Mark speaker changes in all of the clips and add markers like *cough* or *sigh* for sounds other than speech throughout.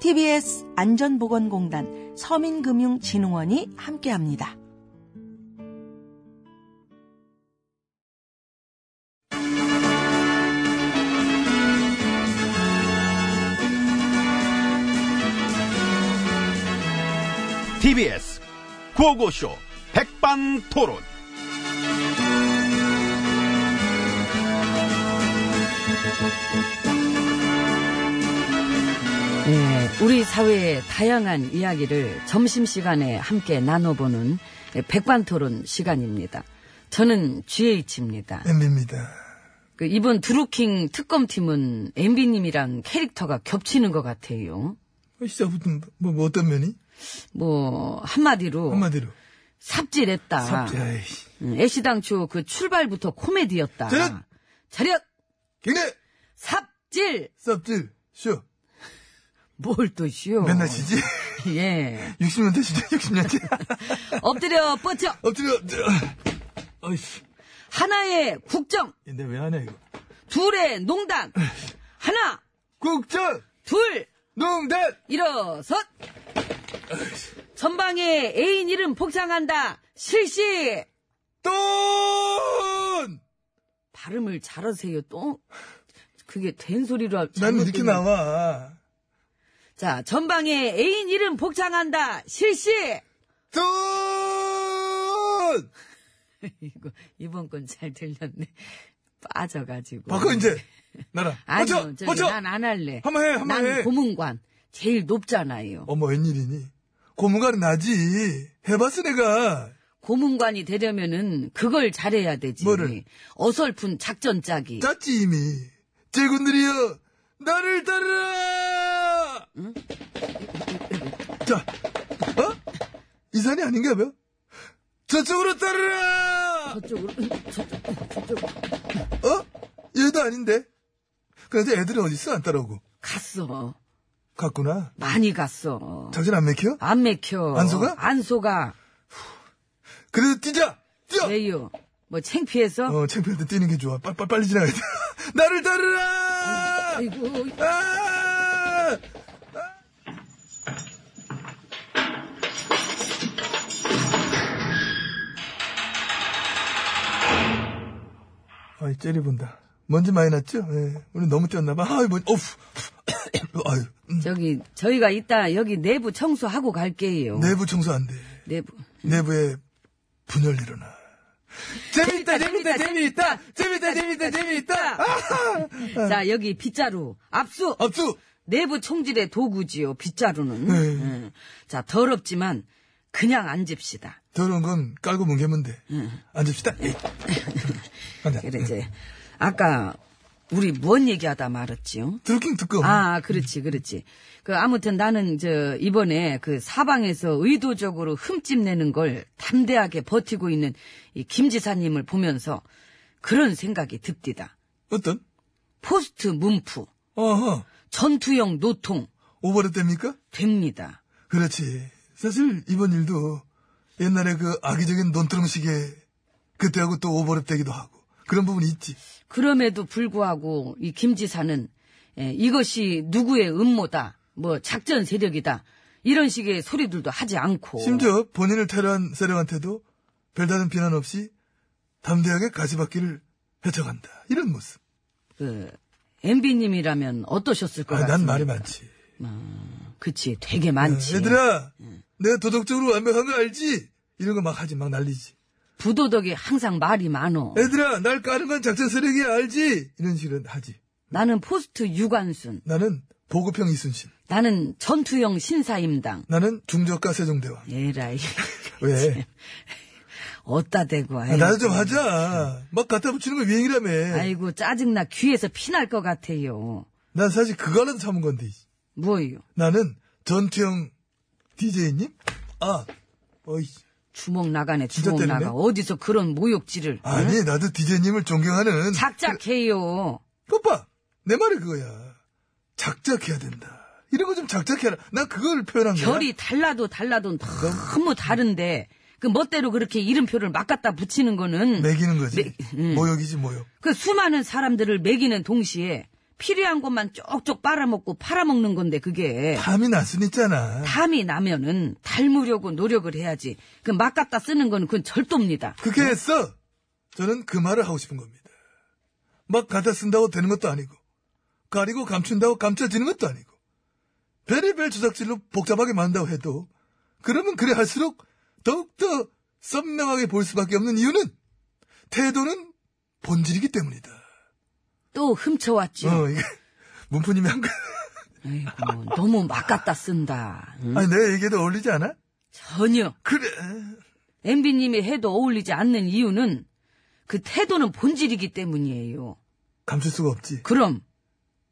Speaker 1: TBS 안전보건공단 서민금융진흥원이 함께합니다.
Speaker 2: TBS 구호고쇼 백반토론.
Speaker 3: 네, 우리 사회의 다양한 이야기를 점심시간에 함께 나눠보는 백반토론 시간입니다. 저는 GH입니다. 그
Speaker 4: 엠비입니다.
Speaker 3: 이번 드루킹 특검팀은 MB님이랑 캐릭터가 겹치는 것 같아요.
Speaker 4: 시작부터 뭐, 뭐 어떤 면이?
Speaker 3: 뭐 한마디로
Speaker 4: 한마디로.
Speaker 3: 삽질했다.
Speaker 4: 삽 아이씨.
Speaker 3: 음, 애시당초 그 출발부터 코미디였다.
Speaker 4: 저는-
Speaker 3: 차렷
Speaker 4: 경례!
Speaker 3: 삽질
Speaker 4: 쌉질! 쇼!
Speaker 3: 뭘 또 쉬워.
Speaker 4: 맨날 지지? *laughs*
Speaker 3: 예.
Speaker 4: 60년대 *laughs* 시대,
Speaker 3: *laughs*
Speaker 4: 60년대.
Speaker 3: 엎드려 뻗쳐
Speaker 4: 엎드려! 저, 어이씨.
Speaker 3: 하나의 국정
Speaker 4: 근데 왜 하냐, 이거.
Speaker 3: 둘의 농단 하나
Speaker 4: 국정!
Speaker 3: 둘
Speaker 4: 농단!
Speaker 3: 일어섯 전방에 애인 이름 복창한다 실시
Speaker 4: 돈!
Speaker 3: 발음을 잘하세요 또 그게 된 소리로 할
Speaker 4: 난 이렇게
Speaker 3: 잘못되면.
Speaker 4: 나와.
Speaker 3: 자 전방에 애인 이름 복창한다 실시
Speaker 4: 돈!
Speaker 3: 이거 이번 건 잘 들렸네 빠져가지고
Speaker 4: 바꿔, 이제. 나라.
Speaker 3: 아니요
Speaker 4: 버텨! 버텨!
Speaker 3: 난 안 할래
Speaker 4: 한번 해, 한번
Speaker 3: 난
Speaker 4: 해.
Speaker 3: 고문관 제일 높잖아요
Speaker 4: 어머, 웬일이니? 고무가는 나지. 해봤어, 내가.
Speaker 3: 고문관이 되려면은 그걸 잘해야 되지.
Speaker 4: 뭐를?
Speaker 3: 어설픈 작전 짜기.
Speaker 4: 짰지, 이미. 제군들이여, 나를 따르라! 자, 어? 이산이 아닌가 봐. 저쪽으로 따르라!
Speaker 3: 저쪽으로 저쪽 저쪽
Speaker 4: 어? 얘도 아닌데. 그런데 애들은 어딨어? 안 따라오고.
Speaker 3: 갔어.
Speaker 4: 갔구나.
Speaker 3: 많이 갔어.
Speaker 4: 정신 안 맥혀?
Speaker 3: 안 맥혀.
Speaker 4: 안 속아?
Speaker 3: 안 속아.
Speaker 4: 그래도 뛰자! 뛰어!
Speaker 3: 왜요? 뭐 창피해서?
Speaker 4: 어, 창피할 때 뛰는 게 좋아. 빨리, 빨리 지나가야 돼. *laughs* 나를 따르라!
Speaker 3: 아이고
Speaker 4: 아! 아이, 째려본다. 먼지 많이 났죠? 예. 우리 너무 뛰었나봐. 아이, 먼 어우. *coughs* 아유. 음.
Speaker 3: 저기 저희가 이따 여기 내부 청소하고 갈게요.
Speaker 4: 내부 청소 안 돼.
Speaker 3: 내부.
Speaker 4: 내부에 분열 일어나. 재밌다, 재밌다, 재밌다! 재밌다, 재밌다, 재밌다!
Speaker 3: 자 여기 빗자루 압수.
Speaker 4: 어. 압수!
Speaker 3: 내부 총질의 도구지요, 빗자루는.
Speaker 4: 네.
Speaker 3: 예. 자, 더럽지만 그냥 앉읍시다.
Speaker 4: 더러운 건 깔고 뭉개면 돼. 앉읍시다.
Speaker 3: *laughs*
Speaker 4: 예. 앉아.
Speaker 3: 그래, 이제, 아까 우리 뭔 얘기하다 말았지요?
Speaker 4: 들긴 듣고.
Speaker 3: 아, 그렇지, 그렇지. 그, 아무튼 나는, 저, 이번에 그 사방에서 의도적으로 흠집 내는 걸 담대하게 버티고 있는 이 김 지사님을 보면서 그런 생각이 듭디다.
Speaker 4: 어떤?
Speaker 3: 포스트 문프,
Speaker 4: 어허.
Speaker 3: 전투형 노통,
Speaker 4: 오버랩 됩니까?
Speaker 3: 됩니다.
Speaker 4: 그렇지. 사실 이번 일도 옛날에 그 악의적인 논두렁식에 그때하고 또 오버랩 되기도 하고 그런 부분이 있지.
Speaker 3: 그럼에도 불구하고 이 김 지사는 예, 이것이 누구의 음모다, 뭐 작전 세력이다, 이런 식의 소리들도 하지 않고.
Speaker 4: 심지어 본인을 테러한 세력한테도 별다른 비난 없이 담대하게 가시밭길을 헤쳐간다. 이런 모습.
Speaker 3: 그, MB님이라면 어떠셨을 것
Speaker 4: 아,
Speaker 3: 같습니다.
Speaker 4: 난 말이 많지. 네,
Speaker 3: 그치, 되게 많지. 음.
Speaker 4: 얘들아, 내가 도덕적으로 완벽한 거 알지? 이런 거 막 하지, 막 날리지.
Speaker 3: 부도덕이 항상 말이 많어.
Speaker 4: 얘들아, 날 까는 건 작전 쓰레기야, 알지? 이런 식으로 하지.
Speaker 3: 나는 포스트 유관순,
Speaker 4: 나는 보급형 이순신.
Speaker 3: 나는 전투형 신사임당.
Speaker 4: 나는 중저가 세종대왕.
Speaker 3: 에라이,
Speaker 4: 왜?
Speaker 3: 어따 대고. 네.
Speaker 4: 아, 나도 좀 하자. 막 갖다 붙이는 거 유행이라며.
Speaker 3: 아이고, 짜증나. 귀에서 피날 것 같아요.
Speaker 4: 난 사실 그거라도 참은 건데.
Speaker 3: 뭐요?
Speaker 4: 나는 전투형 DJ님? 아, 어이.
Speaker 3: 주먹 나가네,
Speaker 4: 진짜
Speaker 3: 주먹
Speaker 4: 때리네?
Speaker 3: 나가. 어디서 그런 모욕질을. 응?
Speaker 4: 아니, 나도 DJ님을 존경하는.
Speaker 3: 작작해요.
Speaker 4: 그것 봐! 내 말이 그거야. 작작해야 된다. 이런 거 좀 작작해라. 난 그걸 표현한 거야.
Speaker 3: 결이 달라도 달라도 너무 다른데, 그 멋대로 그렇게 이름표를 막 갖다 붙이는 거는,
Speaker 4: 매기는 거지.
Speaker 3: 음.
Speaker 4: 모욕이지, 모욕.
Speaker 3: 그 수많은 사람들을 매기는 동시에, 필요한 것만 쪽쪽 빨아먹고 팔아먹는 건데, 그게.
Speaker 4: 탐이 날 순 있잖아.
Speaker 3: 탐이 나면은 닮으려고 노력을 해야지. 그 막 갖다 쓰는 거는 그건 절도입니다.
Speaker 4: 그렇게 했어. 저는 그 말을 하고 싶은 겁니다. 막 갖다 쓴다고 되는 것도 아니고, 가리고 감춘다고 감춰지는 것도 아니고, 별의별 조작질로 복잡하게 만든다고 해도, 그러면 그래 할수록 더욱더 썸나하게 볼 수밖에 없는 이유는, 태도는 본질이기 때문이다.
Speaker 3: 또 훔쳐왔죠.
Speaker 4: 어, 이게, *laughs* 문프님이 한 거.
Speaker 3: 아이고, 너무 막 갖다 쓴다. 응?
Speaker 4: 아니, 내 얘기에도 어울리지 않아?
Speaker 3: 전혀.
Speaker 4: 그래.
Speaker 3: MB님이 해도 어울리지 않는 이유는 그 태도는 본질이기 때문이에요.
Speaker 4: 감출 수가 없지.
Speaker 3: 그럼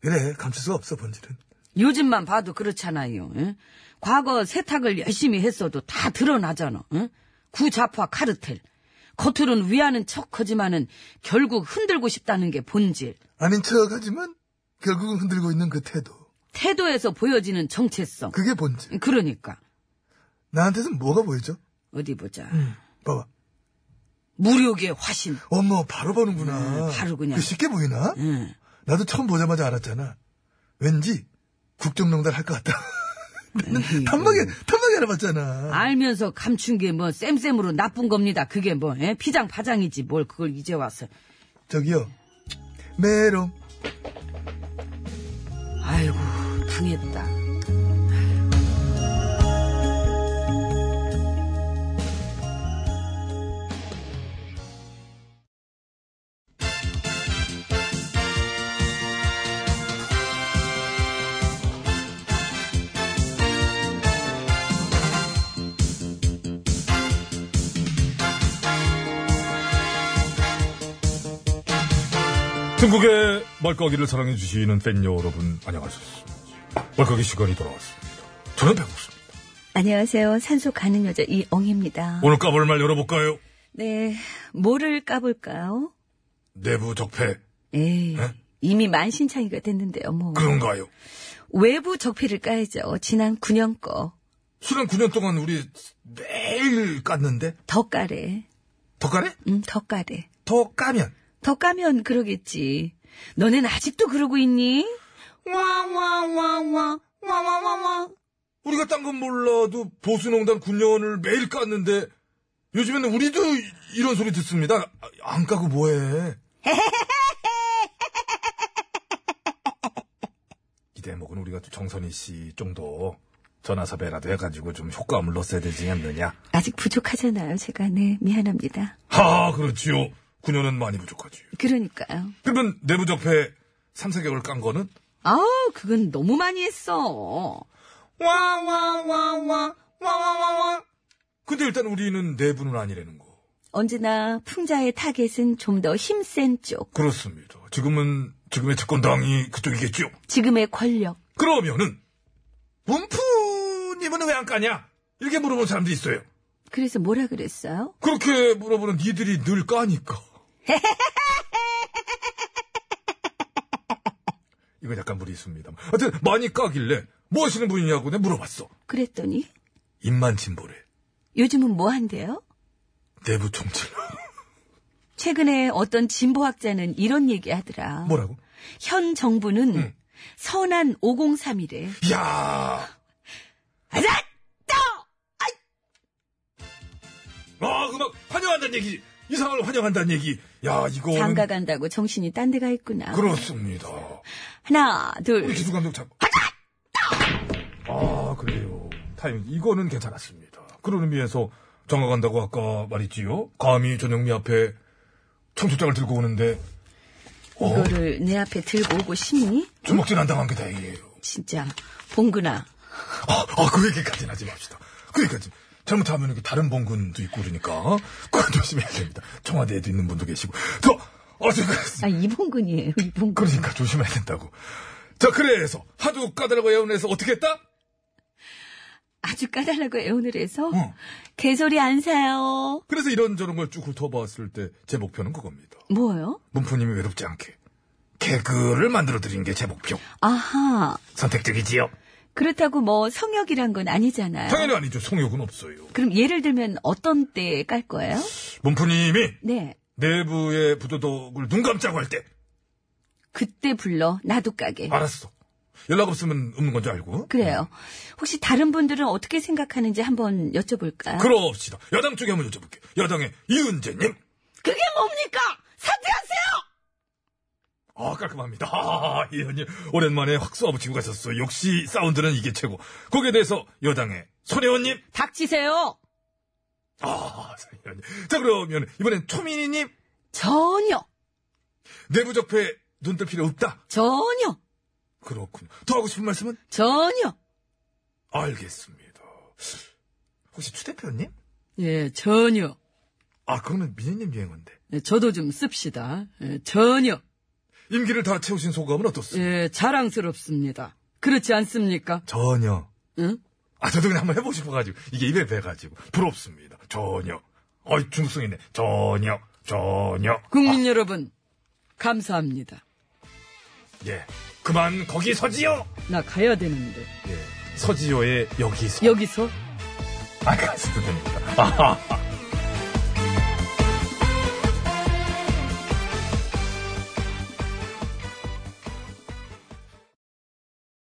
Speaker 4: 그래, 감출 수가 없어, 본질은.
Speaker 3: 요즘만 봐도 그렇잖아요. 응? 과거 세탁을 열심히 했어도 다 드러나잖아. 응? 구좌파 카르텔. 겉으론 위하는 척하지만은 결국 흔들고 싶다는 게 본질.
Speaker 4: 아닌 척 하지만, 결국은 흔들고 있는 그 태도.
Speaker 3: 태도에서 보여지는 정체성.
Speaker 4: 그게 본질.
Speaker 3: 그러니까
Speaker 4: 나한테는 뭐가 보이죠?
Speaker 3: 어디 보자.
Speaker 4: 봐봐.
Speaker 3: 무력의 화신.
Speaker 4: 어머, 바로 보는구나.
Speaker 3: 음, 바로 그냥.
Speaker 4: 그게 쉽게 보이나?
Speaker 3: 응.
Speaker 4: 나도 처음 보자마자 알았잖아. 왠지 국정농단 할 것 같다. *laughs* 탐방에, 탐방에 알아봤잖아.
Speaker 3: 알면서 감춘 게 뭐 쌤쌤으로 나쁜 겁니다. 그게 뭐 예? 피장 파장이지 뭘 그걸 이제 와서.
Speaker 4: 저기요. 메롱.
Speaker 3: 아이고 당했다.
Speaker 5: 중국의 말까기를 사랑해주시는 팬 여러분, 안녕하셨습니다. 말까기 시간이 돌아왔습니다. 저는 배고프습니다.
Speaker 6: 안녕하세요. 산소 가는 여자 이엉입니다.
Speaker 5: 오늘 까볼 말 열어볼까요?
Speaker 6: 네, 뭐를 까볼까요?
Speaker 5: 내부 적폐,
Speaker 6: 에이, 이미 만신창이가 됐는데요, 뭐.
Speaker 5: 네? 그런가요?
Speaker 6: 외부 적폐를 까야죠. 지난 9년 거.
Speaker 5: 수련 9년 동안 우리 매일 깠는데,
Speaker 6: 더 까래.
Speaker 5: 더 까래?
Speaker 6: 음, 더 까래.
Speaker 5: 더 까면.
Speaker 6: 더 까면 그러겠지. 너넨 아직도 그러고 있니?
Speaker 5: 우리가 딴 건 몰라도 보수농단 9년을 매일 깠는데, 요즘에는 우리도 이런 소리 듣습니다. 아, 안 까고 뭐해. *laughs* 이 대목은 우리가 또 정선희 씨 정도 전화섭외라도 해가지고 좀 효과음을 넣었어야 되지 않느냐.
Speaker 6: 아직 부족하잖아요, 제가. 네, 미안합니다.
Speaker 5: 하, 그렇지요. 9년은 많이 부족하지.
Speaker 3: 그러니까.
Speaker 6: 그러니까요.
Speaker 5: 그러면 내부적폐 3, 4개월 깐 거는
Speaker 3: 아우, 그건 너무 많이 했어.
Speaker 4: 와, 와, 와, 와, 와, 와, 와, 와. 근데 일단 우리는 내부는 아니라는 거.
Speaker 3: 언제나 풍자의 타겟은 좀 더 힘센 쪽.
Speaker 4: 그렇습니다. 지금은, 지금의 집권당이 그쪽이겠죠?
Speaker 3: 지금의 권력.
Speaker 4: 그러면은, 문프님은 왜 안 까냐? 이렇게 물어보는 사람도 있어요.
Speaker 3: 그래서 뭐라 그랬어요?
Speaker 4: 그렇게 물어보는 니들이 늘 까니까. *laughs* 이건 약간 무리 있습니다. 하여튼, 많이 까길래, 뭐 하시는 분이냐고 내가 물어봤어.
Speaker 3: 그랬더니
Speaker 4: 입만 진보래.
Speaker 3: 요즘은 뭐 한대요?
Speaker 4: 내부 총질.
Speaker 3: 최근에 어떤 진보학자는 이런 얘기 하더라.
Speaker 4: 뭐라고?
Speaker 3: 현 정부는
Speaker 4: 음.
Speaker 3: 선한 503이래.
Speaker 4: 야
Speaker 3: 아자!
Speaker 4: 아, 음악 환영한다는 얘기. 이 상황을 환영한다는 얘기. 야, 이거.
Speaker 3: 장가 간다고 정신이 딴 데가 있구나.
Speaker 4: 그렇습니다.
Speaker 3: 하나,
Speaker 4: 우리
Speaker 3: 둘.
Speaker 4: 기수 감독 참. 아, 그래요. 타이밍, 이거는 괜찮았습니다. 그런 의미에서 장가 간다고 아까 말했지요? 감히 전영미 앞에 청첩장을 들고 오는데, 어,
Speaker 3: 이거를 내 앞에 들고 오고 싶니?
Speaker 4: 주먹질 안 당한 게 다행이에요.
Speaker 3: 진짜 봉근아.
Speaker 4: 아, 아, 그 얘기까지는 하지 맙시다. 그러니까지. 잘못하면 이렇게 다른 봉근도 있고 그러니까 그건 조심해야 됩니다. 청와대에도 있는 분도 계시고. 저, 어, 저,
Speaker 3: 아, 이봉근이에요, 이봉근.
Speaker 4: 그러니까 조심해야 된다고. 자, 그래서 하도 까다라고 애원해서 어떻게 했다?
Speaker 3: 아주 까달라고 애원을 해서
Speaker 4: 응.
Speaker 3: 개소리 안 사요.
Speaker 4: 그래서 이런저런 걸 쭉 훑어봤을 때 제 목표는 그겁니다.
Speaker 3: 뭐요?
Speaker 4: 문프님이 외롭지 않게 개그를 만들어드리는 게 제 목표.
Speaker 3: 아하.
Speaker 4: 선택적이지요?
Speaker 3: 그렇다고 뭐 성역이란 건 아니잖아요.
Speaker 4: 당연히 아니죠. 성욕은 없어요.
Speaker 3: 그럼 예를 들면 어떤 때 깔 거예요?
Speaker 4: 문프님이
Speaker 3: 네.
Speaker 4: 내부의 부도덕을 눈 감자고 할 때
Speaker 3: 그때 불러 나도 까게.
Speaker 4: 알았어. 연락 없으면 없는 건 줄 알고.
Speaker 3: 그래요. 혹시 다른 분들은 어떻게 생각하는지 한번 여쭤볼까요?
Speaker 4: 그럽시다. 여당 쪽에 한번 여쭤볼게요. 여당의 이은재님.
Speaker 3: 그게 뭡니까? 사퇴하세요!
Speaker 4: 아, 깔끔합니다. 아, 이 의원님. 오랜만에 확 쏘아붙이고 가셨어요. 역시 사운드는 이게 최고. 거기에 대해서 여당의 손혜원님.
Speaker 3: 닥치세요!
Speaker 4: 아, 손 의원님. 자, 그러면 이번엔 초민희님.
Speaker 3: 전혀!
Speaker 4: 내부적폐 눈뜰 필요 없다.
Speaker 3: 전혀!
Speaker 4: 그렇군요. 더 하고 싶은 말씀은?
Speaker 3: 전혀!
Speaker 4: 알겠습니다. 혹시 추 대표님?
Speaker 7: 예, 전혀.
Speaker 4: 아, 그거는 민현님 유행어인데.
Speaker 7: 예, 저도 좀 씁시다. 예, 전혀.
Speaker 4: 임기를 다 채우신 소감은 어떻습니까?
Speaker 7: 예, 자랑스럽습니다. 그렇지 않습니까?
Speaker 4: 전혀.
Speaker 7: 응?
Speaker 4: 아, 저도 그냥 한번 해보고 싶어가지고, 이게 입에 배가지고, 부럽습니다. 전혀. 어이, 중성이네. 전혀. 전혀.
Speaker 7: 국민
Speaker 3: 아.
Speaker 7: 여러분, 감사합니다.
Speaker 4: 예. 그만 거기 서지요!
Speaker 7: 나 가야 되는데.
Speaker 4: 예. 서지요의 여기서.
Speaker 7: 여기서
Speaker 4: 아, 가셔도 됩니다. 아하하.